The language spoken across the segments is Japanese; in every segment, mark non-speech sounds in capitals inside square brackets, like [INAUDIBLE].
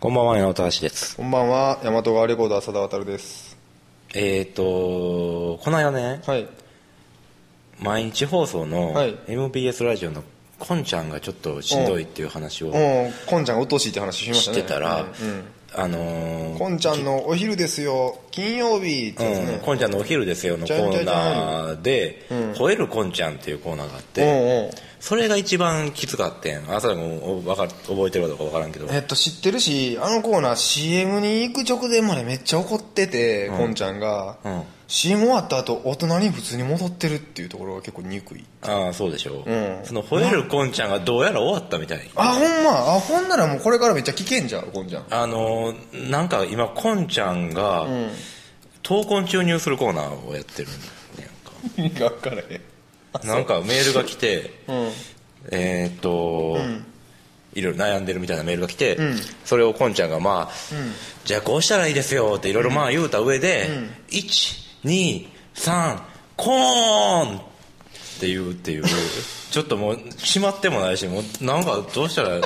こんばんは、柳田橋です。こんばんは、大和川レコード浅田渉です。えーと、この間ね、はい。毎日放送のはい MBS ラジオのこんちゃんがちょっとしんどいっていう話をうん、こんちゃんがうっとうしいって話しまししたてね。たら、あのうんーこんちゃんのお昼ですよ、金曜日ってやつうん、ね。こんちゃんのお昼ですよのコーナーで、吠えるこんちゃんっていうコーナーがあって、うんうんそれが一番きつかってん。朝もわかる覚えてるかどうかわからんけど、えっと、知ってるし、あのコーナー CM に行く直前までめっちゃ怒ってて、こんちゃんが、うん CM 終わった後、大人に普通に戻ってるっていうところが結構憎い。ああ、そうでしょう。うんその吠えるこんちゃんがどうやら終わったみたい。あ、ほんま、あ、ほんならもうこれからめっちゃ聞けんじゃん、こんちゃん。あのーなんか今こんちゃんが、闘魂注入するコーナーをやってるんだよ意味が分からへん。なんかなんかメールが来て、うん。えーっと、いろいろ悩んでるみたいなメールが来て、んそれをこんちゃんがまあ、じゃあこうしたらいいですよっていろいろまあ言うた上で、123コーンって言うっていうちょっともう閉まってもないしもうなんかどうしたらえ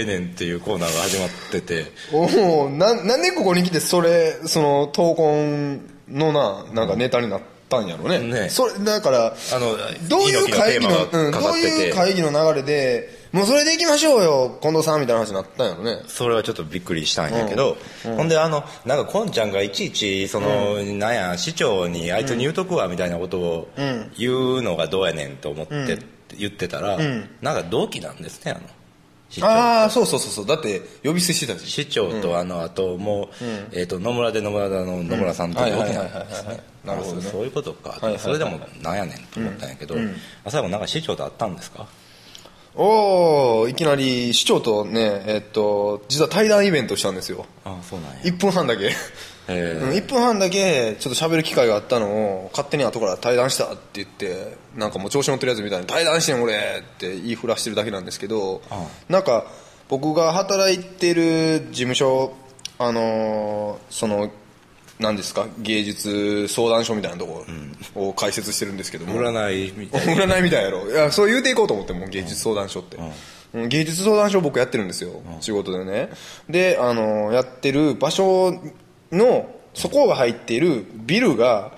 えねんっていうコーナーが始まってておおななんでここに来てそれその闘魂のななんかネタになったんやろね,、ねそれだからあのどういう会議猪木ののテーマがうん、かどかうってていう会議の流れでもうそれでいきましょうよ近藤さんみたいな話になったんやろねそれはちょっとびっくりしたんやけど、ほんであのなんかこんちゃんがいちいちその、なんや市長にあいつに言うとくわみたいなことをん言うのがどうやねんと思って、言ってたら、んなんか同期なんですねあの市長ああそうそうそうそうだって呼び捨てしてたし市長とあのあともう、えー、と野村で野村の野村さんと同期なんですはいはいはいはいはねいなるほどねあそうそういうことか、いはいはいそれでもなんやねんと思ったんやけど、あ最後なんか市長と会ったんですかおおいきなり市長とねえっと実は対談イベントしたんですよあそうなんや1分半だけえーうん、1分半だけちょっと喋る機会があったのを勝手に後から対談したって言ってなんかもう調子乗ってるやつみたいに対談してん俺って言いふらしてるだけなんですけどなんか僕が働いてる事務所あのーその何ですか芸術相談所みたいなとこを開設してるんですけども、占いみたいな占いみたいやろいやそう言うていこうと思ってもう芸術相談所って、うん芸術相談所僕やってるんですよ、仕事でねであのやってる場所のそこが入っているビルが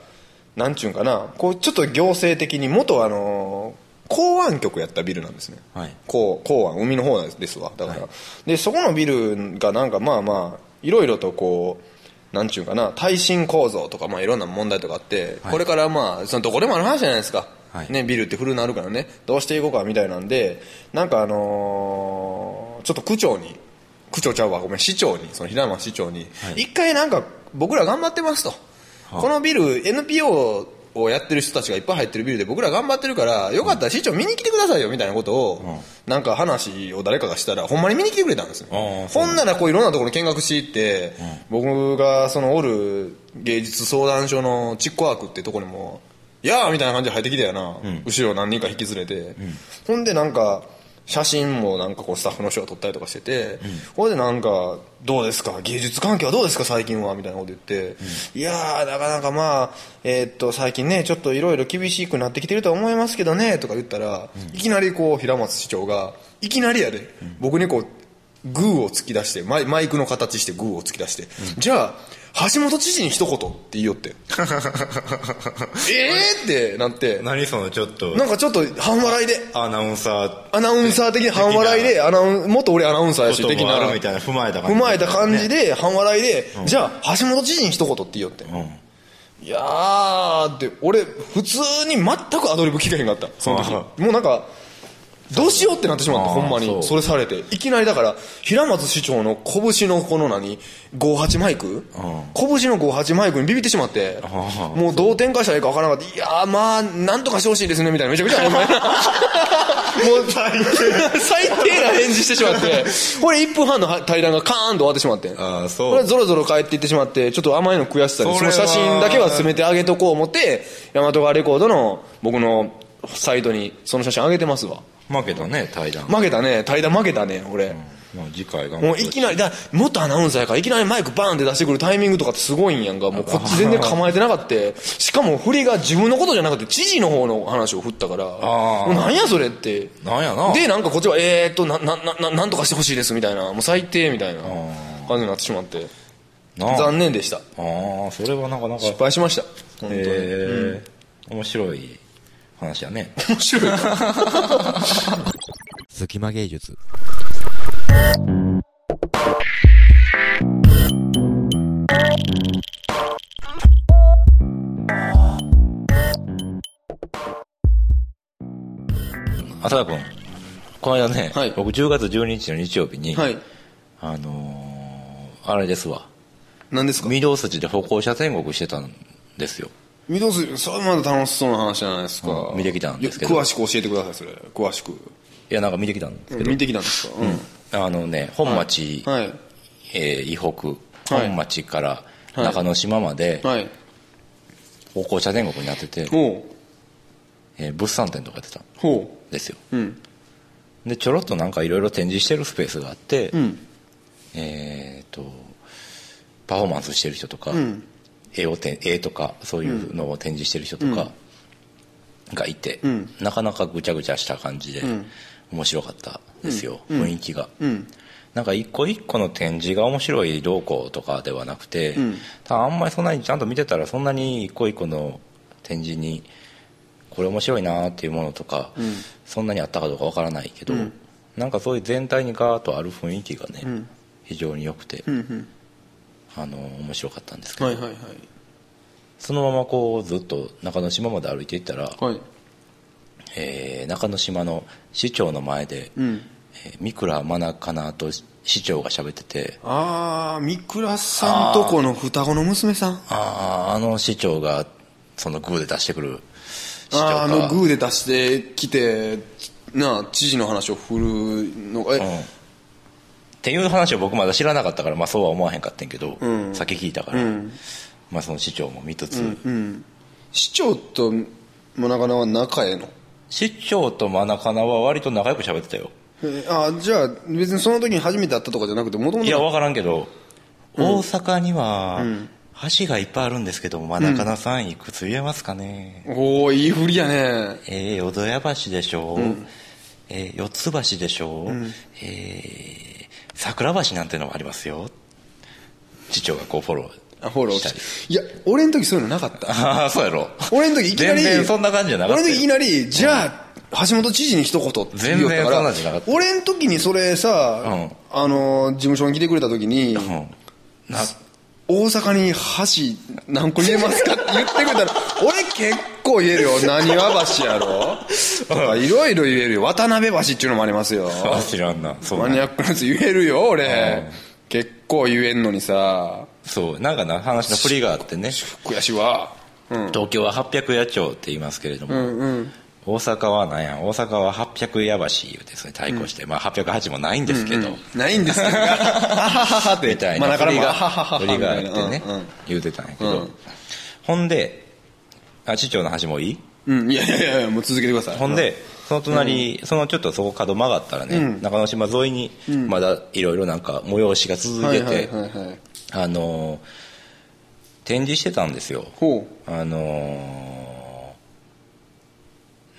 なんちゅうんかなこうちょっと行政的に元あの港湾局やったビルなんですね、はいこう港湾海の方なんですですわだから、でそこのビルがなんかまあまあいろいろとこうなんちゅうかな耐震構造とか、まあ、いろんな問題とかあって、これからまあそのどこでもある話じゃないですか、はいね、ビルって古なるからねどうしていこうかみたいなんでなんかあのーちょっと区長に区長ちゃうわごめん市長にその平山市長に、はい一回なんか僕ら頑張ってますと、このビル NPO をやってる人たちがいっぱい入ってるビルで僕ら頑張ってるからよかったら市長見に来てくださいよみたいなことを、なんか話を誰かがしたらほんまに見に来てくれたんですよああそうほんならこういろんなところ見学していって、僕がそのおる芸術相談所のチックワークってとこにも「やあ!」みたいな感じで入ってきたよな、後ろ何人か引き連れて、ほんでなんか写真もなんかこうスタッフの人が撮ったりとかしてて、ほんでなんか「どうですか芸術関係はどうですか最近は」みたいなこと言って「いやーなかなかまあ、えーっと最近ねちょっといろいろ厳しくなってきてると思いますけどね」とか言ったら、いきなりこう平松市長がいきなりやで、僕にこうグーを突き出してマイマイクの形してグーを突き出して、じゃあ橋本知事に一言って言いよっ [LAUGHS] てえーってなって何そのちょっとなんかちょっと半笑いでアナウンサーアナウンサー的に半笑いでアナウン元俺アナウンサーやしこと的もなあるみたいな踏まえた感踏じ、まえた感じで、で半笑いで、じゃあ橋本知事に一言って言いよって、うん、いやーって俺普通に全くアドリブ聞けへんかったその時あもうなんかどうしようってなってしまったあーほんまそうにそれされていきなりだから平松市長の拳のこの何58マイク拳の58マイクにビビってしまってあーもうどう展開したらいいかわからなかったいやーまあなんとかしてほしいですねみたいなめちゃくちゃお前もう最低な返事してしまってこれ1分半の対談がカーンと終わってしまってあーこそれうぞろぞろ帰っていってしまってちょっとあまりの悔しさでそそれはの写真だけは詰めてあげとこう思って大和川レコードの僕のサイトにその写真あげてますわ負けたね対談、負けたね対談負けたね俺、まあ次回がもういきなりだ元アナウンサーやからいきなりマイクバーンって出してくるタイミングとかってすごいんやんかもうこっち全然構えてなかったしかも振りが自分のことじゃなくて知事の方の話を振ったからあーもうなんやそれってなんやなでなんかこっちはえー、っとなななななんとかしてほしいですみたいなもう最低みたいな感じになってしまってなあ残念でしたああそれはなかなか失敗しました本当に、えー面白い話や [LAUGHS] ね面白い隙間芸術浅田君この間ね、はい僕10月12日の日曜日に、はいあのーあれですわ何ですか御堂筋で歩行者天国してたんですよ御堂筋それまだ楽しそうな話じゃないですか、うん見てきたんですけどいや詳しく教えてくださいそれ詳しくいやなんか見てきたんですけど、見てきたんですかうん、あのね本町、はいえー伊北はい本町から中之島まではい歩行者天国になってて、ほえー物産展とかやってたんうほですよううんでちょろっとなんかいろいろ展示してるスペースがあって、うんえー、とパフォーマンスしてる人とか、ん絵をて絵とかそういうのを展示してる人とかがいて、んなかなかぐちゃぐちゃした感じで、面白かったですよ、雰囲気が。うんなんか一個一個の展示が面白いどうこうとかではなくて、ただあんまりそんなにちゃんと見てたらそんなに一個一個の展示にこれ面白いなっていうものとか、そんなにあったかどうかわからないけど、なんかそういう全体にガーッとある雰囲気がね、非常に良くて、うんうんあの面白かったんですけど、はいはいはいそのままこうずっと中之島まで歩いていったら、はいえー中之島の市長の前で、うんえー三倉真奈かなと市長が喋ってて。ああ三倉さんとこの双子の娘さんあああの市長がそのグーで出してくる市長あがあのグーで出してきてなあ知事の話を振るのがうんっえていう話を僕まだ知らなかったから、まあ、そうは思わへんかったんやけど、うん先聞いたから、うんまあ、その市長も見つつ、うん、市長ともなかなか仲ええの市長とマナカナは割と仲良く喋ってたよえああじゃあ別にその時に初めて会ったとかじゃなくてもともいやと分からんけど、大阪には橋がいっぱいあるんですけどマナカナさんいくつ言えますかね、おおいい振りやねえー、淀屋橋でしょう、えー四つ橋でしょう、えー桜橋なんてのもありますよ市長がこうフォローあフォローしたりしていや俺の時そういうのなかっ [LAUGHS] たああそうやろ俺の時いきなり全然そんな感じじゃなかった俺のよ時いきなりじゃあ、橋本知事に一言って言おった全然かそんならんじゃなかった俺の時にそれさ、うんあの事務所に来てくれた時に、うんな大阪に橋何個言えますかって [LAUGHS] 言ってくれたら俺結構言えるよ何わ橋やろとかいろいろ言えるよ渡辺橋っていうのもありますよあ知らんなそうマなニアックなやつ言えるよ俺うん結構言えんのにさそうなんかな話の振りがあってね悔しいわうん東京は八百屋町って言いますけれども、うん大阪はなんや大阪は八百屋橋言うてそれ対抗して、まあ808もないんですけど、ない [LAUGHS] んですけどあはははってみたいまなあだから振りまあがあははは振りがあってねうんうん言うてたんやけうどんほんであ市長の橋もいいうん、いやいやいや、もう続けてください。ほんでその隣そのちょっとそこ角曲がったらね中之島沿いにまだいろいろなんか催しがうん、続はいいてはいてはいはい。あのー展示してたんですよほあのー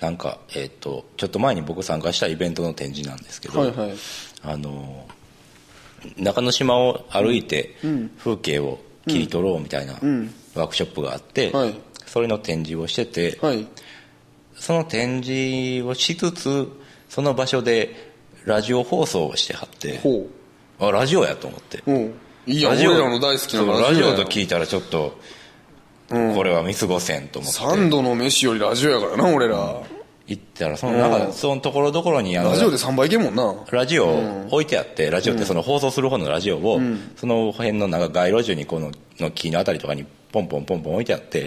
なんかえっとちょっと前に僕参加したイベントの展示なんですけう。はいどはい。あの中之島を歩いて風景を切り取ろうみたいなワークショップがあって、はいそれの展示をしてて、はい。その展示をしつつその場所でラジオ放送をしてはってほあラジオやと思ってう。ほう。いや、俺らの大好きなそうラジオとき。聞いたらちょっと、これは見過ごせんと思ってサンドの飯よりラジオやからな、俺ら。行ったらその中うでんそのところどころにあのラジオで3倍いけんもんな。ラジオを置いてあって、ラジオってその放送する方のラジオを、その辺のなんか街路樹にこのの木のあたりとかにポンポンポンポン置いてあって、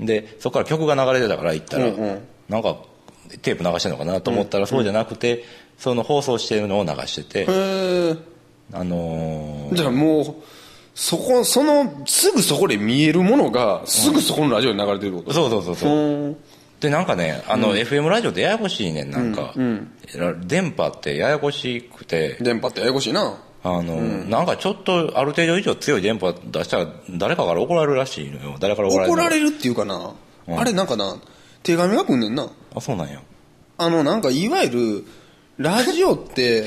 でそこから曲が流れてたから行ったら、うんうんなんかテープ流してるのかなと思ったらそうじゃなくて、その放送してるのを流してて、へえ。あのーじゃあもう、そこ、その、すぐそこで見えるものが、すぐそこのラジオに流れてるってことそうそうそうそううん。でなんかねあの FM ラジオってややこしいねんなんか、うん電波ってややこしくて電波ってややこしいなあの、なんかちょっとある程度以上強い電波出したら誰かから怒られるらしいのよ誰から怒られる怒られるるっていうかな、あれなんかな手紙が来んねんなあそうなんやあのなんかいわゆるラジオって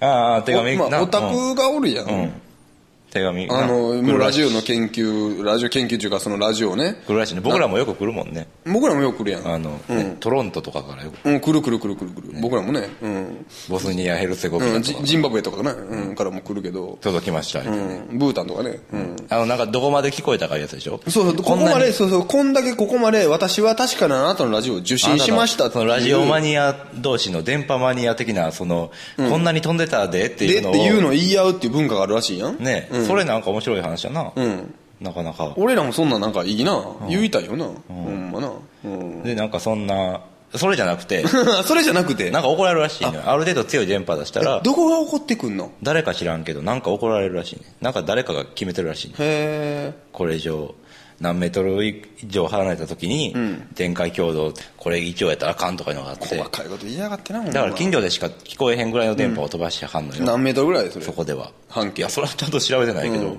あ [LAUGHS] あ手紙おまなあ、オタうんクがおるやん、うん手紙あのなもうラジオ来るらしいの研究ラジオ研究中かそのラジオね来るらしいね僕らもよく来るもんね僕らもよく来るやんあの、ねトロントとかからよくうん、来る来る来る来る来る、僕らもね、うんボスニアヘルツェゴビうナん、とジかジンバブエとかね、うん、からも来るけど、届きました、うん、ブータンとかね、うん、あのなんかどこまで聞こえたかいうやつでしょそうそう、ここんなまにで、そうそう、こんだけここまで、私は確かなあなたのラジオを受信しましたってそいうのラジオマニア同士の電波マニア的なその、こんなに飛んでたでっていでうっのをていうのを言い合うっていう文化があるらしいやん。ね、それなんか面白い話だな、うん。なかなか俺らもそんななんかいいな、言いたいよな、ほんまな。うん。 [LAUGHS] でなんかそんなそれじゃなくて [LAUGHS] それじゃなくて、なんか怒られるらしいのよある程度強い電波出したらどこが怒ってくんの誰か知らんけどなんか怒られるらしいねなんか誰かが決めてるらしいねへこれ以上何メートル以上離れた時に、電界共同これ以上やったらあかんとかいうのがあっえ。て細かいこと言いやがってな、ほんまだから近所でしか聞こえへんぐらいの電波を飛ばしてはんのよ、何メートルぐらいそれそ。こでは半い径や。それはちゃんと調べてないけど、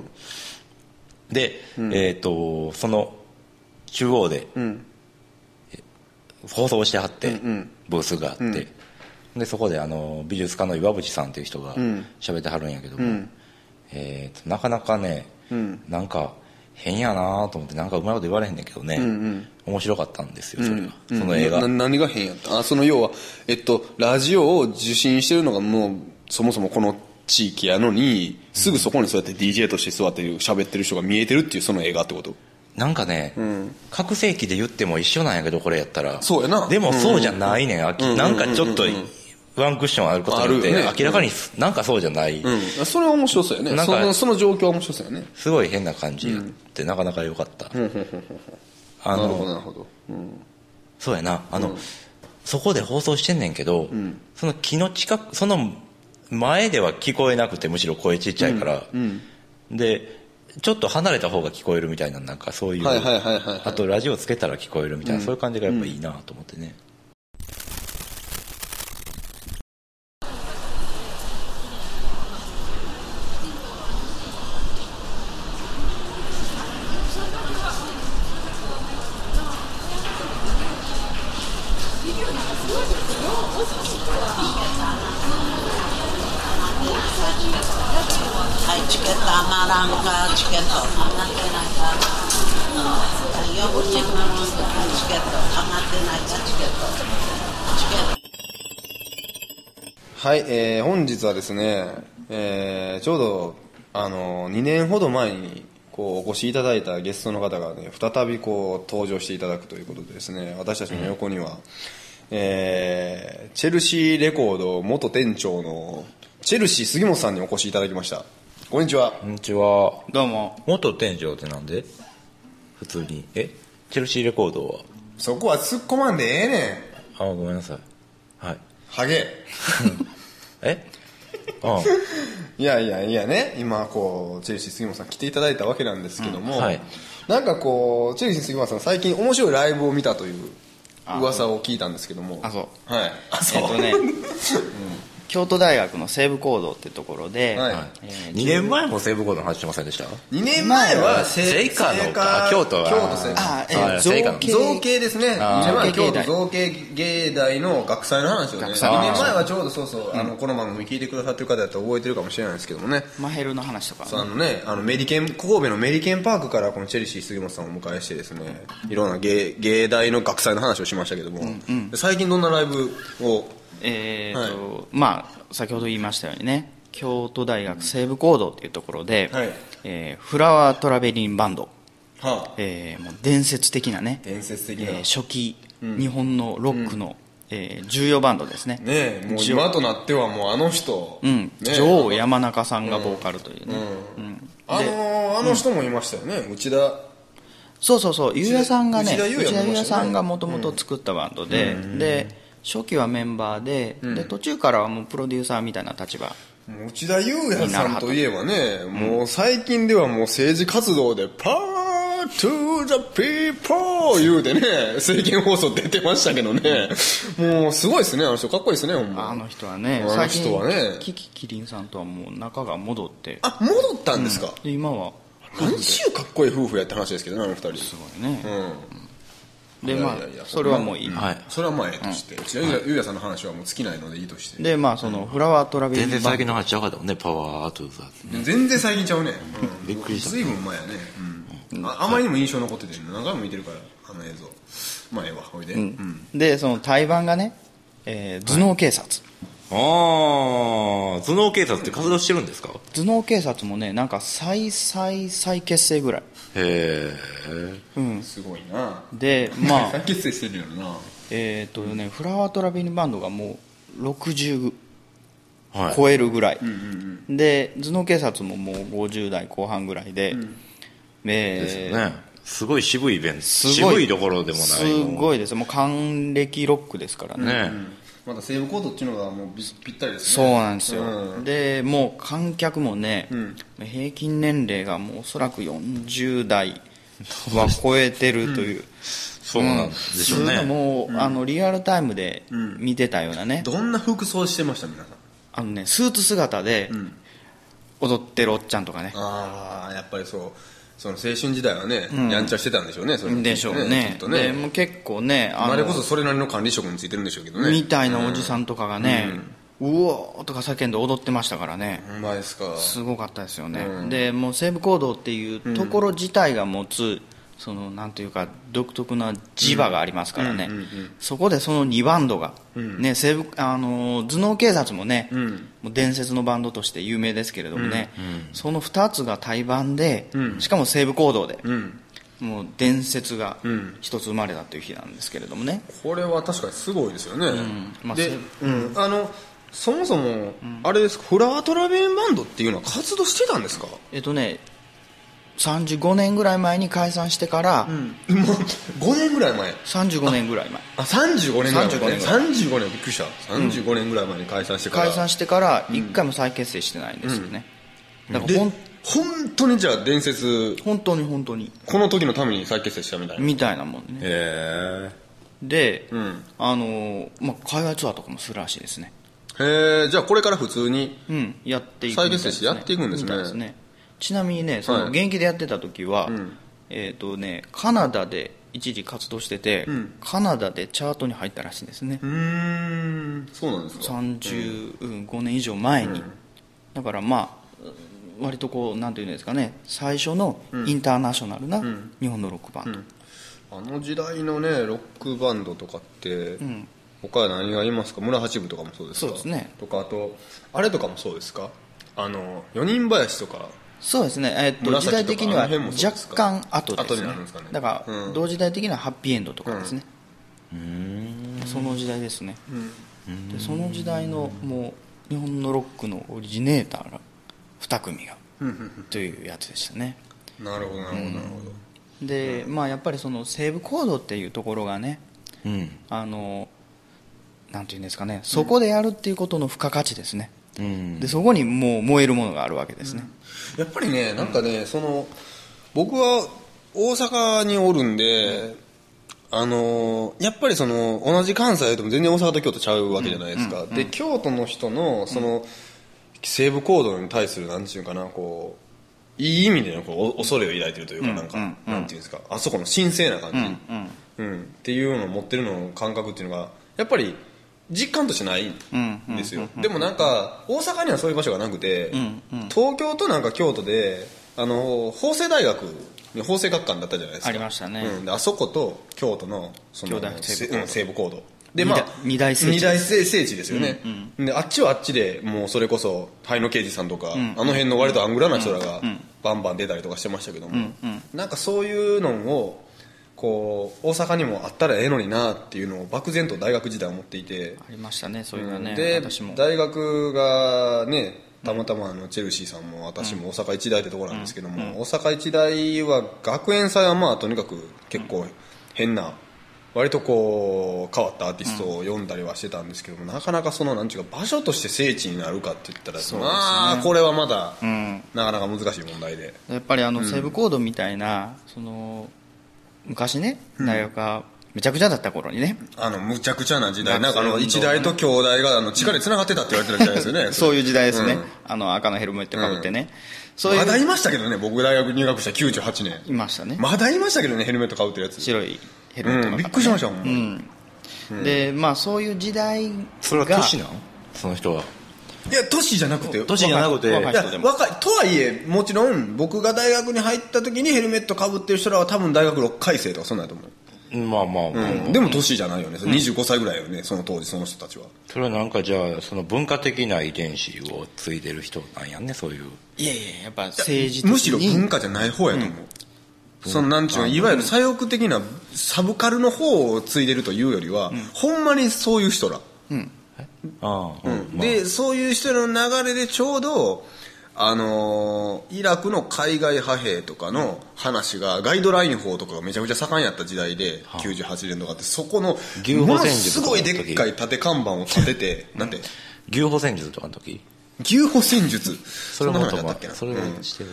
で、えっ、とその中央で、んえ放送してはって、んブースがあって、でそこであの美術家の岩渕さんっていう人がん喋ってはるんやけども、んえーとなかなかね、んなんか変やなと思ってなんかうまいこと言われへんねんけどね、んうん面白かったんですよそれが、うんその映画、な何が変やったあその要はえっとラジオを受信してるのがもうそもそもこの地域やのにすぐそこにそうやって DJ として座ってる喋ってる人が見えてるっていうその映画ってことなんかね、拡声器で言っても一緒なんやけどこれやったらそうやなでもそうじゃないねん、あきなんかちょっとワンクッションあることによっあるてよね明らかにすなんかそうじゃない、うんそれは面白そうやねなんそかのその状況は面白そうやねすごい変な感じってなかなか良かった、あなるのほどなるほどそうやなあの、そこで放送してんねんけど、その気の近くその前では聞こえなくてむしろ声ちっちゃいから、でちょっと離れた方が聞こえるみたいななんかそういう、はいはいはいはいはいあとラジオつけたら聞こえるみたいな、そういう感じがやっぱいいなと思ってね、はい、チケット余らんか、チケット余ってないか。うん、よくチェックのチケット余ってないか、チケット。チケット。はい、えー本日はですね、えーちょうど、あの2年ほど前にこうお越しいただいたゲストの方がね再びこう登場していただくということでですね私たちの横には、えーチェルシーレコード元店長のチェルシー杉本さんにお越しいただきましたこんにちはこんにちはどうも元店長ってなんで普通にえチェルシーレコードはそこは突っ込まんでええねんあごめんなさいはいハゲえあいやいやいやね今こうチェルシー杉本さん来ていただいたわけなんですけども、うんはいなんかこうチェルシー杉本さん最近面白いライブを見たという噂を聞いたんですけどもあそうはいあえっ [LAUGHS] とね、京都大学の西部講堂ってところで、はいえー2年前も西武コードの話してませんでした2年前は聖火の聖火あ京都は京都聖火あえあー、造聖火の形造形ですね2あー年前は造京都形芸大造形芸大の学祭の話をね2学年祭の話前はちょうどそうそう、あのこの番組聞いてくださってる方だったら覚えてるかもしれないですけどもねマヘルの話とか、そうあのね、あのメリケン神戸のメリケンパークからこのチェルシー杉本さんをお迎えしてですねいろんな芸芸大の学祭の話をしましたけども、最近どんなライブをえーとまあ先ほど言いましたようにね京都大学西部講堂っていうところで、はいえーフラワートラベリンバンド、はえーもう伝説的なね伝説的なえー初期、日本のロックの、えー重要バンドですねねえもうじょ今となってはもうあの人、うんねえ女王山中さんがボーカルというね、うんあのーあの人もいましたよね、内田そうそうそうゆうやさんが内ね内田田裕ゆ也もいましたねうやさんがもともと作ったバンドで、で初期はメンバーで,、で途中からはもうプロデューサーみたいな立場もう内田裕也さんといえばねもう最近ではもう政治活動でパー to the people 言うて [LAUGHS] ね、政見放送出てましたけどね。もうすごいですね、あの人。かっこいいですね、ほんま。あの人はねあの最近人はねキキキリンさんとはもう仲が戻ってあ、戻ったんですか。で今は何週かっこいい夫婦やって話ですけどね、あの二人。すごいね、うん。でまあいやいやいやそれはもういい、はいそれはまあええとして。うちはゆうやゆうやさんの話はもう尽きないのでいいとして。でまあそのフラワートラベリ全ング然最近の話ちゃうかったもんねパワーアートだってね全然最近ちゃうね。うんびっくりした随分前やね。うん。ああまりにも印象残ってて、何回も見てるから、あの映像。まあええわ、おいで。うん。でその台湾がね、えー頭脳警察、ああ頭脳警察って活動してるんですか頭脳警察もねなんか再再再結成ぐらいへえすごいな。で [LAUGHS] [LAUGHS] ま再あ結成してるよな。えっとねフラワートラベリングバンドがもう60はい超えるぐらい、で頭脳警察ももう50代後半ぐらいで、えーですねすごい渋いイベントすご渋いところでもないすごいいですもう還暦ロックですからねねまた西武コードっていうのがもうびぴったりですそうね。なんですよ、うんでもう観客もね、ん平均年齢がもうおそらく40代は超えてるという、そうなんでしょうそういうねのもう、あのリアルタイムで見てたようなね、どんな服装してました、皆さん。あのねスーツ姿で踊ってるおっちゃんとかね、ああ、やっぱりそう。その青春時代はね、やんちゃしてたんでしょうね、それでしょうねきっとでもうね。結構ねああれのこそそれなりの管理職についてるんでしょうけどね。みたいなおじさんとかがね、うおーとか叫んで踊ってましたからね、ほんまですか。すごかったですよね、うんでもう西武行動っていうところ自体が持つ、そのなんというか独特な磁場がありますからね、うんうんうんそこでその2バンドが、ね西武あのー頭脳警察もね、んもう伝説のバンドとして有名ですけれどもね、その2つが対バンで、しかも西武行動で、うん。もう伝説がん一つ生まれたという日なんですけれどもね、これは確かにすごいですよね。まあでせ、うん、あの、そもそも、あれですか、フラワートラベルバンドっていうのは活動してたんですかえっとね35年ぐらい前に解散してから、うん。もう、5年ぐらい前。 35年ぐらい前あ、35年ぐらい前、ね。 35年ぐら35年、びっくりした。35年ぐらい前に解散してから。解散してから一回も再結成してないんですよね、だからでほん、本当にじゃあ伝説、本当に本当にこの時のために再結成したみたいな。みたいなもんねへで、んあのーまあ、海外ツアーとかもするらしいですね、へえ、じゃあこれから普通に、うん、やっていく再結成してやっていくんですねみたいちなみにねそはいの現役でやってた時は、んえっ、とねカナダで一時活動してて、んカナダでチャートに入ったらしいんですね、うーん、そうなんですか。 35年以上前に、だからまあ割とこうなんていうんですかね最初のインターナショナルな日本のロックバンド、あの時代のね、ロックバンドとかって、他は何がいますか村八部とかもそうですかそうですねとか、あと、あれとかもそうですかあの、四人林とか、そうですね、えっと時紫代と的かにはあの辺もそうですか若干後です後にねなるんですかねだから、うん同時代的にはハッピーエンドとかですね、その時代ですね、でその時代のもう日本のロックのオリジネーターが2組がというやつでしたねなるほど、なるほど、なるほど。で、まあやっぱりその西武コードっていうところがねえうんあのなんていうんですかねそこでやるっていうことの付加価値ですね、うんでそこにもう燃えるものがあるわけですね、やっぱりね、なんかね、その、僕は大阪におるんで、あのーやっぱりその、同じ関西でも全然大阪と京都ちゃうわけじゃないですか。で、京都の人の、その、西部行動に対する、なんていうかな、こう、いい意味でのこうお恐れを抱いてるというか、なんか、うんうんなんていうんですか、あそこの神聖な感じ。うんうん、っていうのを持ってるの感覚っていうのがやっぱり実感としてないんですよでもなんか大阪にはそういう場所がなくて、東京となんか京都であの法政大学法政学館だったじゃないですかありましたねうん、であそこと京都のその京大西部高う度ん西部高度でまあ二大聖地二大聖聖地ですよね、であっちはあっちでもうそれこそ灰野刑事さんとか、あの辺の割とアングラな人らがバンバン出たりとかしてましたけども、なんかそういうのをこう大阪にもあったらええのになっていうのを漠然と大学時代思っていて、ありましたねそういうのはね、で私も大学がねたまたまあのチェルシーさんも私も大阪一大ってとこなんですけども、大阪一大は学園祭はまあとにかく結構変な割とこう変わったアーティストを読んだりはしてたんですけども、なかなかそのなんちゅうか場所として聖地になるかって言ったらそうですねまあこれはまだ、うんなかなか難しい問題でやっぱりあのセーブコードみたいな、その昔ね大学がめちゃくちゃだった頃にね、あのむちゃくちゃな時代学なんか生あの運動一代と兄弟があの地下でつながってたって言われてた時代ですよね [LAUGHS] そういう時代ですね、うんあの赤のヘルメットかぶってね、そういうまだいましたけどね僕大学入学した98い年ましたね、まだいましたけどねヘルメットかぶってるやつ白いヘルメットうんのびっ方くりしましたもん、うんでまあそういう時代がそれは年なんその人はいや都市じゃなくて都市じゃなくて若いいや人でも若いとはいえもちろん僕が大学に入った時にヘルメットかぶってる人らは多分大学6回生とかそんなんやと思う、まあまあ、まあうんでも年じゃないよね25歳ぐらいよねその当時その人たちはそれはなんかじゃあその文化的な遺伝子を継いでる人なんやんねそういういやいややっぱ政治的にむしろ文化じゃない方やと思う、そのなんちゅうのいわゆる左翼的なサブカルの方を継いでるというよりは、ほんまにそういう人ら、ああ、うんまあでそういう人の流れでちょうどあのーイラクの海外派兵とかの話がガイドライン法とかがめちゃくちゃ盛んやった時代で、98年とかってそこの牛歩もの戦術すとかごのい時でっかい縦看板を立ててなんて牛歩戦術とかの時牛歩戦術そそれんなも話とだったもっけなそれうもんしてる、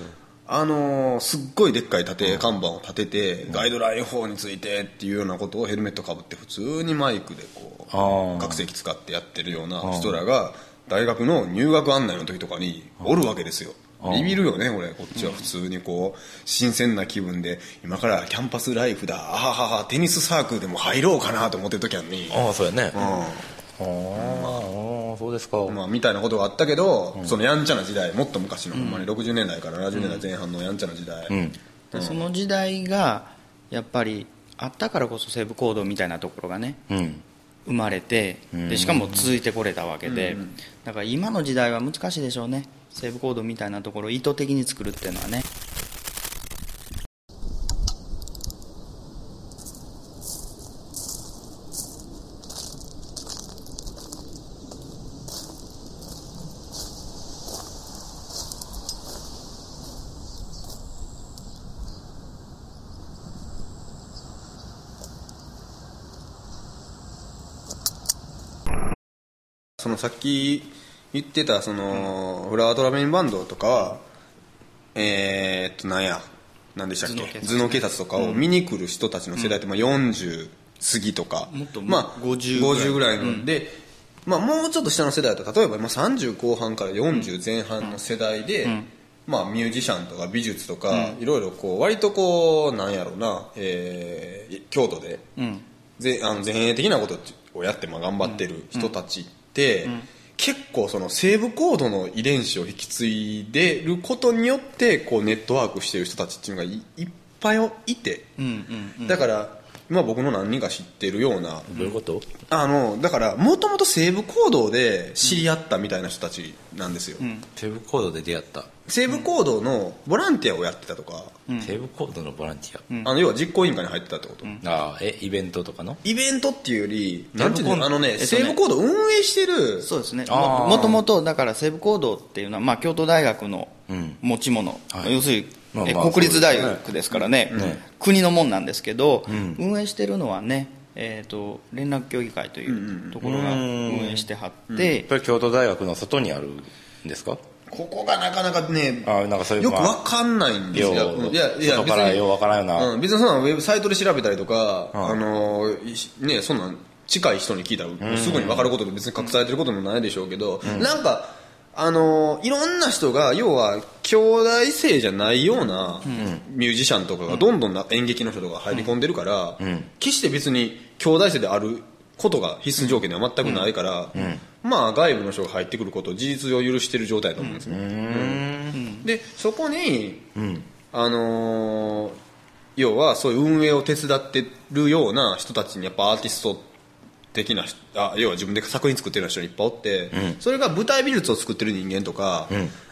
あのーすっごいでっかい縦看板を立てて、ガイドライン法についてっていうようなことをヘルメットかぶって普通にマイクでこあーう学生機使ってやってるような人らが大学の入学案内の時とかにおるわけですよビビるよね俺こっちは普通にこう新鮮な気分で今からキャンパスライフだあはははテニスサークルでも入ろうかなと思ってる時やんにああそうやね、あうんあああそうですか、まあ、みたいなことがあったけど、そのやんちゃな時代もっと昔の、ほんまに60年代から70年代前半のやんちゃな時代、うんでその時代がやっぱりあったからこそ西部行動みたいなところがねうん生まれてでしかも続いてこれたわけでだから今の時代は難しいでしょうね西部行動みたいなところを意図的に作るっていうのはねそのさっき言ってたその、フラワートラベリンバンドとかはえー、っとなんやなんでしたっけ頭脳警察とかを見に来る人たちの世代って、まあ、40過ぎとかもっともまあ、 50 50ぐらいの、で、まあ、もうちょっと下の世代だと例えば今30後半から40前半の世代で、まあ、ミュージシャンとか美術とか、いろいろこう割とこうなんやろうな、えー京都でうんぜあの前衛的なことをやってまあ頑張ってる人たちって、結構その西部コードの遺伝子を引き継いでることによってこうネットワークしてる人たちっていうのがいいっぱいいて、うんうんだから今僕の何人か知ってるような、どういうことあのだからもともと西部行動で知り合ったみたいな人たちなんですよ、セーブコードで出会った、西部行動のボランティアをやってたとか、セーブコードのボランティア、あの要は実行委員会に入ってたってこと、ああえイベントとかのイベントっていうよりなんていうのあのね、えっとね西部行動を運営してるそうですねあーももともとだから西部行動っていうのは、まあ、京都大学のうん持ち物、はい要するに、まあえまあ国立大学ですからねね国のもんなんですけど、ん運営してるのはね、えー、と連絡協議会というところが運営してはって、やっぱり京都大学の外にあるんですかここがなかなかねあなんかそういうよくまあわかんないんですよよういやいや外から別にようわからんようなうん、別にそんなのウェブサイトで調べたりとか、んあのいねそんなん近い人に聞いたらすぐにわかることで別に隠されてることもないでしょうけど、なんかあのいろんな人が要は兄弟生じゃないようなミュージシャンとかがどんどんな演劇の人とか入り込んでるから、決して別に兄弟生であることが必須条件では全くないから、まあ外部の人が入ってくることを事実上許してる状態だと思うんですね、でそこに、あのー要はそういう運営を手伝ってるような人たちにやっぱアーティスト的な人あ要は自分で作品作ってるような人いっぱいおって、それが舞台美術を作ってる人間とか、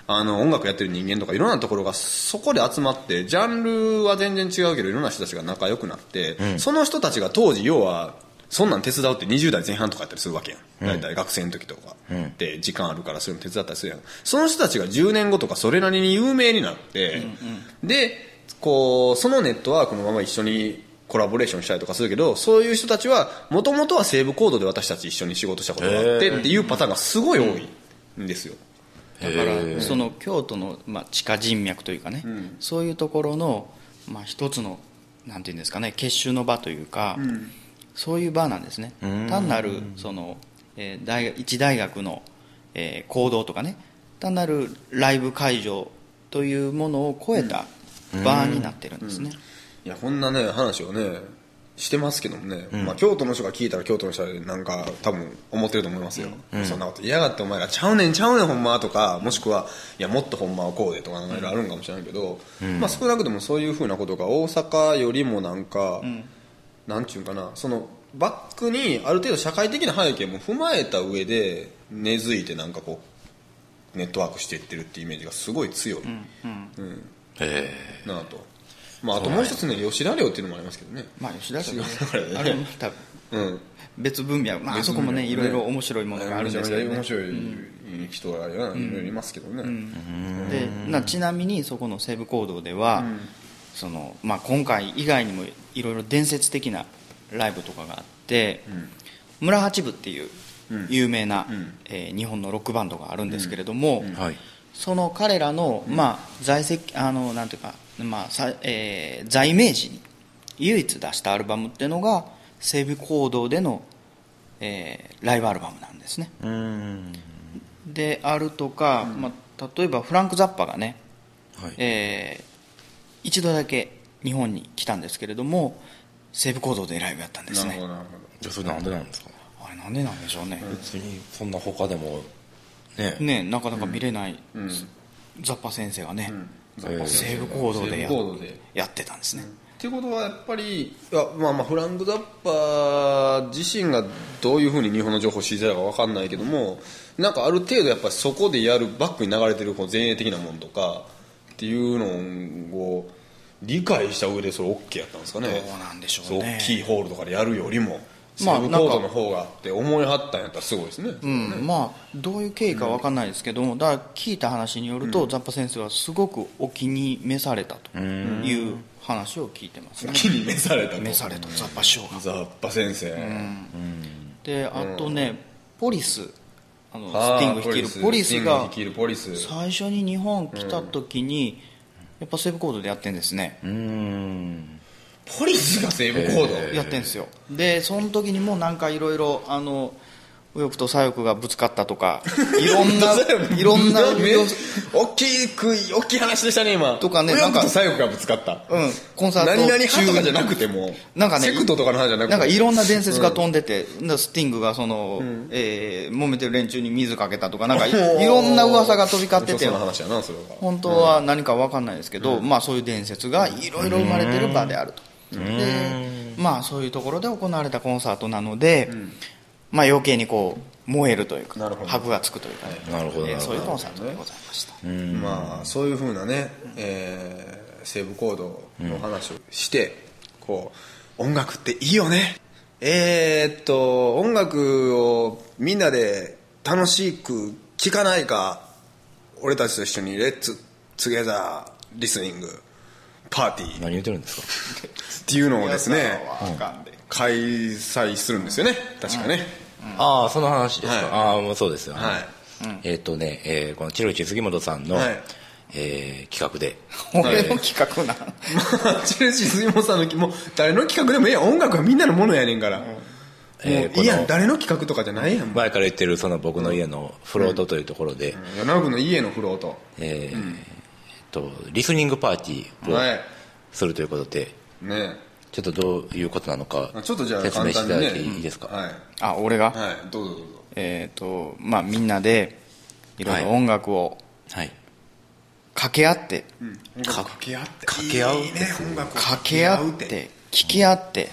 あの音楽やってる人間とかいろんなところがそこで集まってジャンルは全然違うけどいろんな人たちが仲良くなって、その人たちが当時要はそんなん手伝うって20代前半とかやったりするわけやん、大体学生の時とか、で時間あるからそういうの手伝ったりするやんその人たちが10年後とかそれなりに有名になって、でこうそのネットワークのまま一緒にコラボレーションしたりとかするけどそういう人たちはもともとは西部コードで私たち一緒に仕事したことがあってっていうパターンがすごい多いんですよ、だからその京都の、まあ、地下人脈というかね、そういうところの、まあ、一つのなんていうんですかね結集の場というか、そういう場なんですね単なるその、えー大学一大学の、えー行動とかね単なるライブ会場というものを超えた場になってるんですね、いやこんなね話をねしてますけどもね、まあ、京都の人が聞いたら京都の人はなんか多分思ってると思いますよ、そんなこと嫌がってお前らちゃうねんちゃうねんほんまとかもしくはいやもっとほんまはこうでとかなんかいろいろあるんかもしれないけど、まあ、少なくともそういうふうなことが大阪よりもなんか、なんちゅうんかなそのバックにある程度社会的な背景も踏まえた上で根付いてなんかこうネットワークしていってるっていうイメージがすごい強いえなと、まあ、あともう一つね吉田寮っていうのもありますけどねまあ吉田さん違うからねあれも多分うん別分野、まあ、あそこもねいろいろ面白いものがあるんですけど、ね、面白い人がいろいろいますけどね、でなちなみにそこの西武講堂では、そのまあ、今回以外にもいろいろ伝説的なライブとかがあって、村八部っていう有名な、えー日本のロックバンドがあるんですけれども、えはいその彼らの、まあ、在籍あのなんていうか、まあさえー在名時に唯一出したアルバムっていうのが西武講堂での、えーライブアルバムなんですねうんであるとか、まあ、例えばフランク・ザッパがね、はいえー一度だけ日本に来たんですけれども西武講堂でライブやったんですなるねほどなるほどじゃあそれなんでなんですかあれなんでなんでしょうね、別にそんな他でもねねなかなか見れない、ザッパ先生がね、えー西武講堂でや西武講堂でやってたんですね、っていうことはやっぱりいや、まあ、まあフランク・ザッパー自身がどういうふうに日本の情報を知りたいか分かんないけどもなんかある程度やっぱりそこでやるバックに流れてるこう前衛的なものとかっていうのを理解した上でそれ OK やったんですかねどうなんでしょうね大きいホールとかでやるよりもセまあブコートの方がって思いはったんやったらすごいですね、うんまあ、どういう経緯か分かんないですけども、だから聞いた話によると、ザッパ先生はすごくお気に召されたという話を聞いてますね、気に召されたと召されたザッパ師匠がザッパ先生、であとね、ポリスあのスあーティング率いるポリススティンがグ率いるポリス最初に日本来た時に、やっぱセーブコードでやってんですね、うんポリスがセーブコード、やってんですよでその時にもなんかいろいろあの右翼と左翼がぶつかった [LAUGHS] とかいろんないろんなめ大きいく大きい話でしたね今とかね右な翼んかと左翼がぶつかった、うんコンサート何々派中とかじゃなくてもなんかねセクトとかの話じゃなくてなんかいろんな伝説が飛んでて、だからスティングがその、えー揉めてる連中に水かけたとかなんかいいろんな噂が飛び交っててその話やなそれは本当は何か分かんないですけど、まあ、そういう伝説がいろいろ生まれてる場であるとで、まあ、そういうところで行われたコンサートなので、まあ、余計にこう燃えるというかなるほど箔がつくというか、ねなるほどえーなるそほういうコどンサートでございました、まあそういうふうなね、えー、セーブコードの話をして、こう音楽っていいよねえー、っと音楽をみんなで楽しく聴かないか俺たちと一緒にレッツ・ツゲザー・リスニングパーティーっ何言ってるんですていうのをですね皆さんは開催するんですよね確かね、かああその話ですはいかああもうそうですよはいえっとねえーこの千代市杉本さんのはいえー企画で俺の企画な、まあ [LAUGHS] チェルシー杉本さんのきもう誰の企画でもええやん音楽はみんなのものやねんから、もうえーいいやこんの誰の企画とかじゃないやん、もう前から言ってるその僕の家のフロートというところで、柳君の家のフロートえーえっとリスニングパーティはーをいするということでねちょっとどういうことなのかちょっとじゃあ説明簡して単いにただねいていいですか、はい、あ俺が、はい、どうぞどうぞえっ、とまあみんなでいろいろ音楽をはい掛け合って、掛け合って掛け合ういいね音楽を掛け合って聞き合って、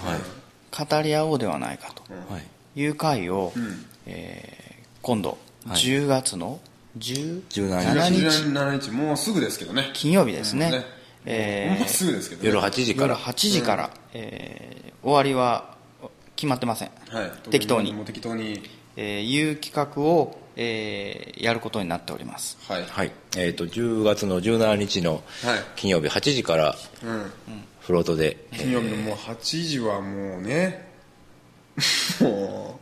語り合おうではないかとはいいう会を、えー今度い10月の17 17日17日もうすぐですけどね金曜日ですね,、ねえーもうすぐですけどね夜8時か夜ら8時から、えー終わりは決まってません、はい、適当にもう適当にえーいう企画を、えーやることになっておりますはい、はいえー、と10月の17日のはい金曜日8時からうん、フロートで、金曜日のもう8時はもうねもう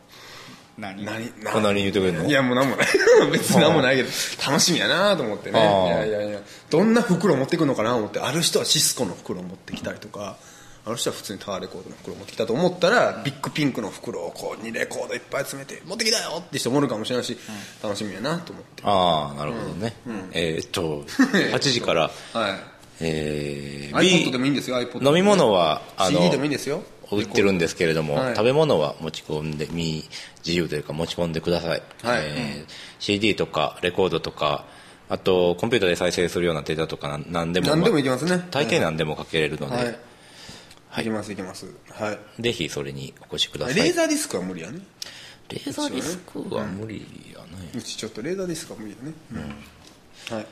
何何こんなに言うてくれんのいやもう何 [LAUGHS] もない別に何もないけど楽しみやなと思ってねああいやいやいやどんな袋持ってくるのかなと思ってある人はシスコの袋持ってきたりとかあの人は普通にタワーレコードの袋持ってきたと思ったらビッグピンクの袋をこうにレコードいっぱい詰めて持ってきたよって人もおるかもしれないし楽しみやなと思ってああなるほどね、えーっと [LAUGHS] 8時からはいえー iPod でもいいんですよ iPod 飲み物はあの CD でもいいんですよ売ってるんですけれども、はい食べ物は持ち込んでみ自由というか持ち込んでください、はいえー CD とかレコードとかあとコンピューターで再生するようなデータとかなん何でも何でもいけますね大抵何でもかけれるので、はいいきますいきますはいぜひそれにお越しくださいレーザーディスクは無理やねレーザーディスクは無理やね、うちちょっとレーダーですか無理だね、はい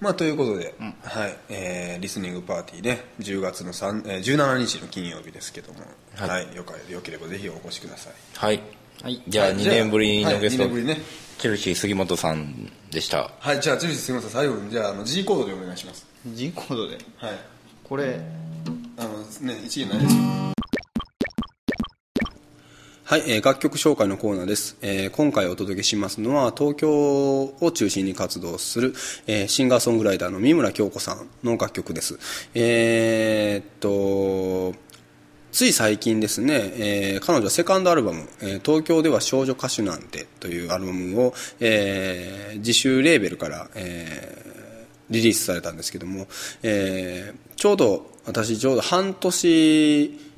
まあということで、はいえーリスニングパーティーね10月の3、えー17日の金曜日ですけども、ははいいよかよければぜひお越しくださいはい、はいじゃあはい2年ぶりじゃあのゲスト、はい二年ぶりねチェルシー杉本さんでしたはいじゃあチェルシーすみません最後にじゃああの G コードでお願いします G コードではいこれあのね1位ないですはい、えー楽曲紹介のコーナーです、えー今回お届けしますのは東京を中心に活動する、えーシンガーソングライターの三村京子さんの楽曲ですえーっとつい最近ですね、えー彼女はセカンドアルバム「えー東京では少女歌手なんて」というアルバムを、えー自主レーベルから、えーリリースされたんですけども、えーちょうど私ちょうど半年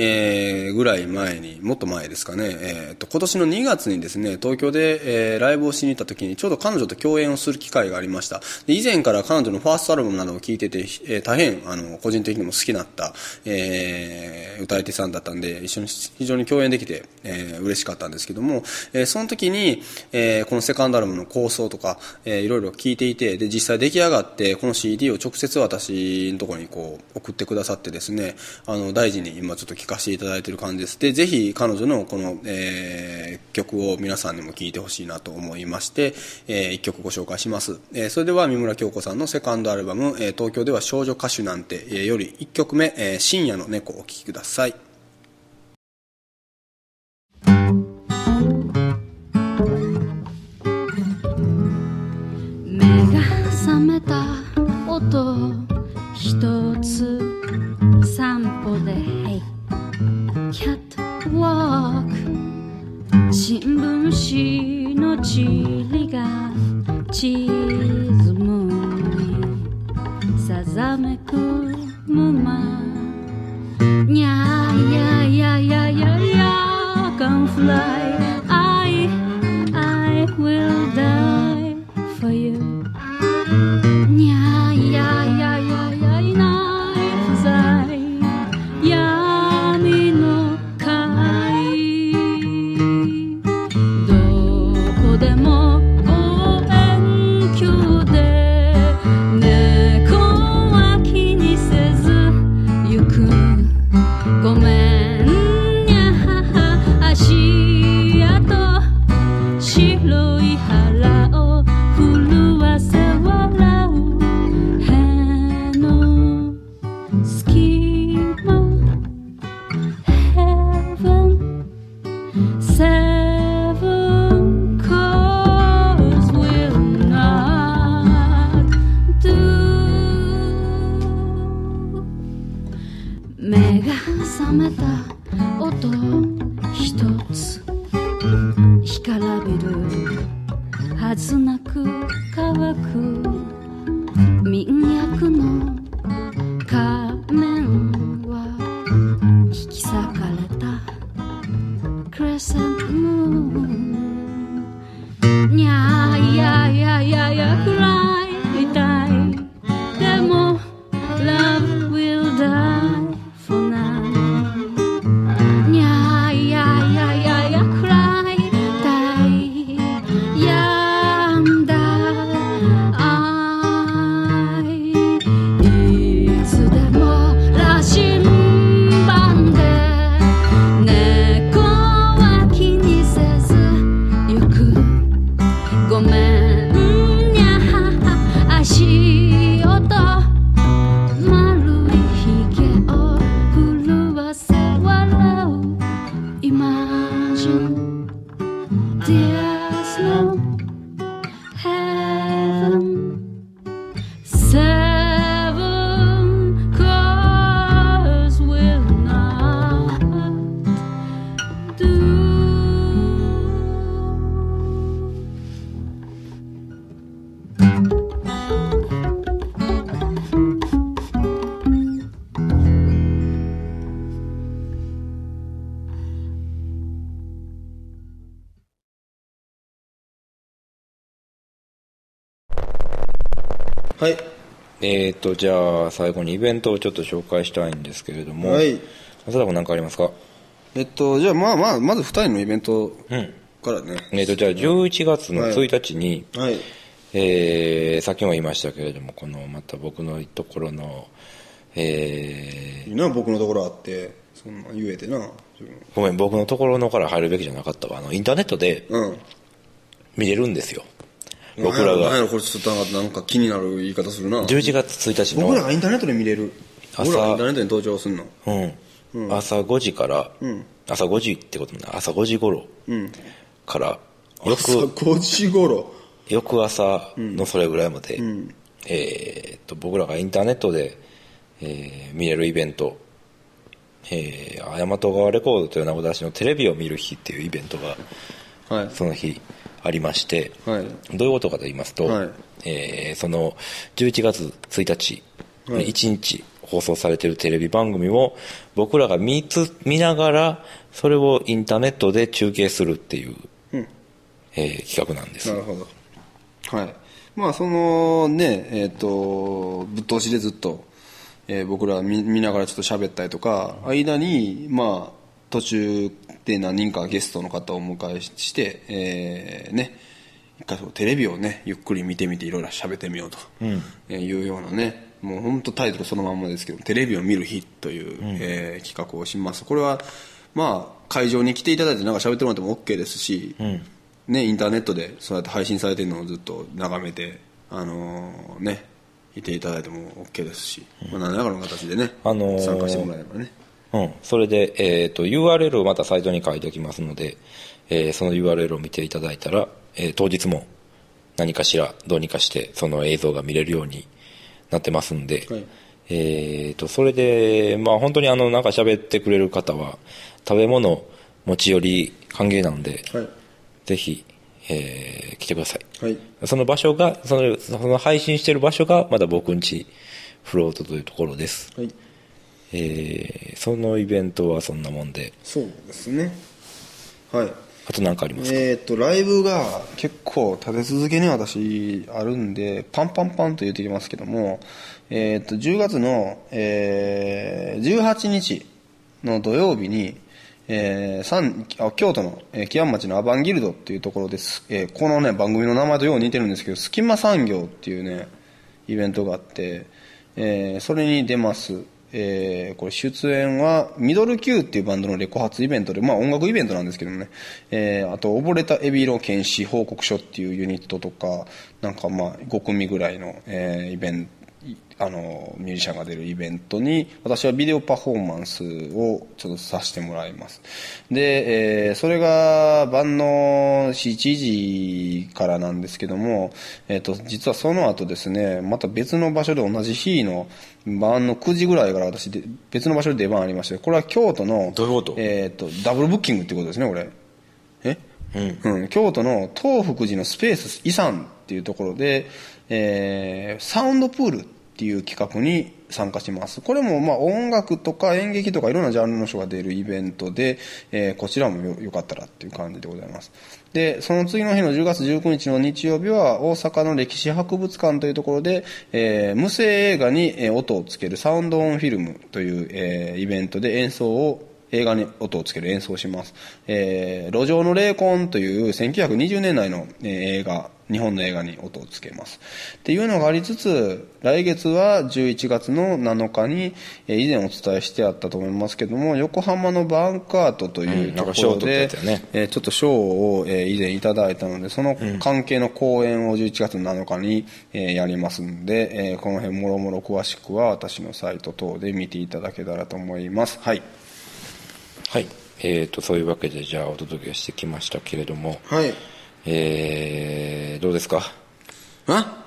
えーぐらい前にもっと前ですかね、えー、と今年の2月にですね東京で、えーライブをしに行った時にちょうど彼女と共演をする機会がありましたで以前から彼女のファーストアルバムなどを聴いてて、えー大変あの個人的にも好きだった、えー歌い手さんだったんで一緒に非常に共演できて、えー嬉しかったんですけども、えーその時に、えーこのセカンドアルバムの構想とか、えーいろいろ聞いていてで実際出来上がってこの CD を直接私のところにこう送ってくださってですねあの大事に今ちょっと聞かせていただいている感じですでぜひ彼女のこの、えー曲を皆さんにも聴いてほしいなと思いまして、え1曲ご紹介します、えーそれでは三村京子さんのセカンドアルバム「えー東京では少女歌手なんて」えーより1曲目「えー深夜の猫」をお聴きください目が覚めた音一つ散歩で、キャットウォーク新聞紙の塵が地図にさざめくままにゃーやーやーやーやーやー can fly I I will die for you にゃーやーやーやーやーいない不在闇の貝どこでも望遠鏡で猫は気にせず行くごめんにゃはは足跡白い腹を震わせ笑うへの隙間 Heaven Seven calls will not do. 目が覚めた音一つ干からびるはずなく乾く民薬の仮面は引き裂かれた crescent moon にゃーやーやーやーやー暗い痛いでも love will die for now にゃーやーやーやーやー暗い痛い病んだはいえー、とじゃあ最後にイベントをちょっと紹介したいんですけれどもはい浅田君何かありますかえっとじゃあまあまあまず2人のイベントからね、えー、とじゃあ11月の1日に、はいえーさっきも言いましたけれどもこのまた僕のところの、えいいな僕のところあってそんなん言えてな自ーごめん僕のところのから入るべきじゃなかったわあのインターネットで分うん見れるんですよ僕らなんやがろこれちょっとなんかなんか気になる言い方するな11月1日の僕らがインターネットで見れる朝僕らがインターネットに登場するのうん朝5時から、朝5時ってことな朝5時頃から、朝翌5時頃翌朝のそれぐらいまで、えーっと僕らがインターネットで、えー見れるイベント「えー、大和川レコード」という名古屋市のテレビを見る日っていうイベントがはいその日ありまして、はいどういうことかと言いますと、はいえーその11月1日、1日放送されているテレビ番組を僕らが見つ見ながらそれをインターネットで中継するっていう、えー企画なんですなるほどはいまあそのねえっ、とぶっ通しでずっと、えー僕ら見見ながらちょっと喋ったりとか間にまあ途中で何人かゲストの方をお迎えして、えーね一回そうテレビをねゆっくり見てみていろいろ喋ってみようと、えーいうようなねもう本当タイトルそのまんまですけどテレビを見る日という、えー企画をしますこれはまあ会場に来ていただいてなんか喋ってもらっても OK ですし、ね、インターネットでそうやって配信されてるのをずっと眺めて、あのーね、いていただいても OK ですし、まあ、何らかの形でね、あのー参加してもらえればね。うん、それで、えー、と URL をまたサイトに書いておきますので、えーその URL を見ていただいたら、えー当日も何かしらどうにかしてその映像が見れるようになってますんで、はいえー、とそれで、まあ、本当にあのなんか喋ってくれる方は食べ物持ち寄り歓迎なんで、はいぜひ、えー来てくださいはいその場所がそのその配信してる場所がまだ僕んちフロートというところですはい、えーそのイベントはそんなもんで、そうですね。はい。あと何かありますか、えっ、と、ライブが結構立て続けに私あるんで、パンパンパンと言ってきますけども、えっ、と、10月の、えー18日の土曜日に、えー三あ京都の、えー、木屋町のアバンギルドっていうところです、えーこのね、番組の名前とよう似てるんですけど、隙間産業っていうね、イベントがあって、えーそれに出ます、えーこれ出演はミドル Q っていうバンドのレコ発イベントで、まあ、音楽イベントなんですけどもね、えーあと「溺れたエビ色検視報告書」っていうユニットとかなんかまあ5組ぐらいの、えーイベントあのミュージシャンが出るイベントに私はビデオパフォーマンスをちょっとさせてもらいますで、えーそれが晩の7時からなんですけども、えー、と実はその後ですねまた別の場所で同じ日の晩の9時ぐらいから私で別の場所で出番ありましてこれは京都のどういうことえー、とダブルブッキングってことですねこれえうん、京都の東福寺のスペース遺産っていうところで、えーサウンドプールっていう企画に参加しますこれもまあ音楽とか演劇とかいろんなジャンルの人が出るイベントで、えーこちらもよよかったらっていう感じでございますでその次の日の10月19日の日曜日は大阪の歴史博物館というところで、えー無声映画にえー音をつけるサウンドオンフィルムという、えーイベントで演奏を映画に音をつける演奏をします、えー路上の霊魂」という1920年代の、えー映画日本の映画に音をつけますっていうのがありつつ来月は11月の7日に、えー以前お伝えしてあったと思いますけども横浜のバンカートといううんとなんこか賞をろ取ったでやつやねえーちょっと賞を、えー以前いただいたのでその関係の講演を11月7日に、えーやりますんで、えーこの辺もろもろ詳しくは私のサイト等で見ていただけたらと思いますはいはいえー、とそういうわけでじゃあお届けしてきましたけれども、はいえーどうですかあ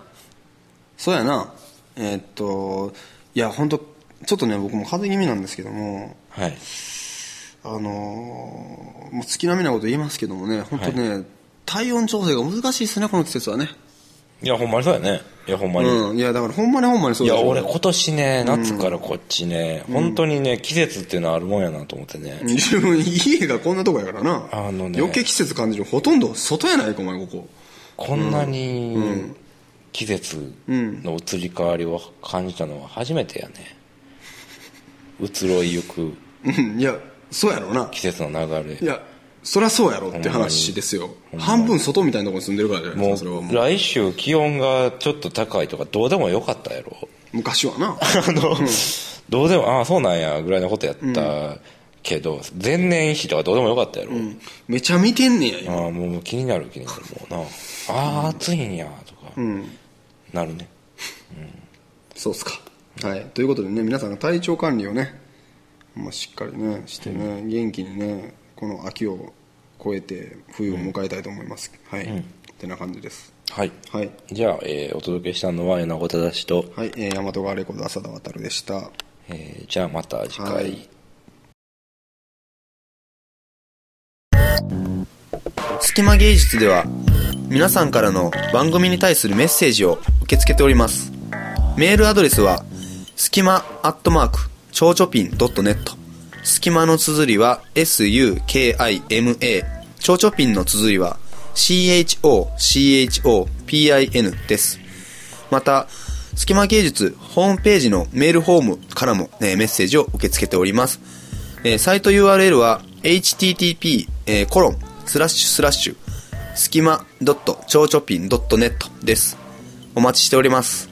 そうやなえーっといや本当ちょっとね僕も風邪気味なんですけどもはいあのーもう月並みなこと言いますけどもね本当ね、体温調整が難しいですねこの季節はねいやほんまにそうやねいやほんまに、うんいやだからほんまにほんまにそいうやでしょ俺今年ね夏からこっちね、本当にね季節っていうのはあるもんやなと思ってね、自分家がこんなとこやからなあのね余計季節感じるほとんど外やないかお前こここんなに季節の移り変わりを感じたのは初めてやね、移ろいゆくうんいやそうやろうな季節の流れいやそりゃそうやろって話ですよ半分外みたいなところに住んでるからじゃないもですかそれはもうう来週気温がちょっと高いとかどうでもよかったやろ昔はな [LAUGHS] あの、どうでもああそうなんやぐらいのことやったけど、前年比とかどうでもよかったやろ、めちゃ見てんねや今ああもう気になる気になるもうなああ暑いんやとか、なるねそうっすかはいということでね皆さんが体調管理をね、まあ、しっかりねしてね、元気にねこの秋を越えて冬を迎えたいと思います、はい、ってな感じですはいはいじゃあ、えーお届けしたのは米子忠史と、はい、えー、大和川レコード浅田渉でしたえーじゃあまた次回、はい隙間芸術では皆さんからの番組に対するメッセージを受け付けておりますメールアドレスは隙間アットマークちょうちょぴん .net 隙間の綴りは SUKIMA ちょうちょぴんの綴りは CHOCHOPIN ですまた隙間芸術ホームページのメールフォームからも、ね、メッセージを受け付けておりますえーサイト URL は http:// えーコロンスラッシュスラッシュ隙間 .chowchopin.net です。お待ちしております。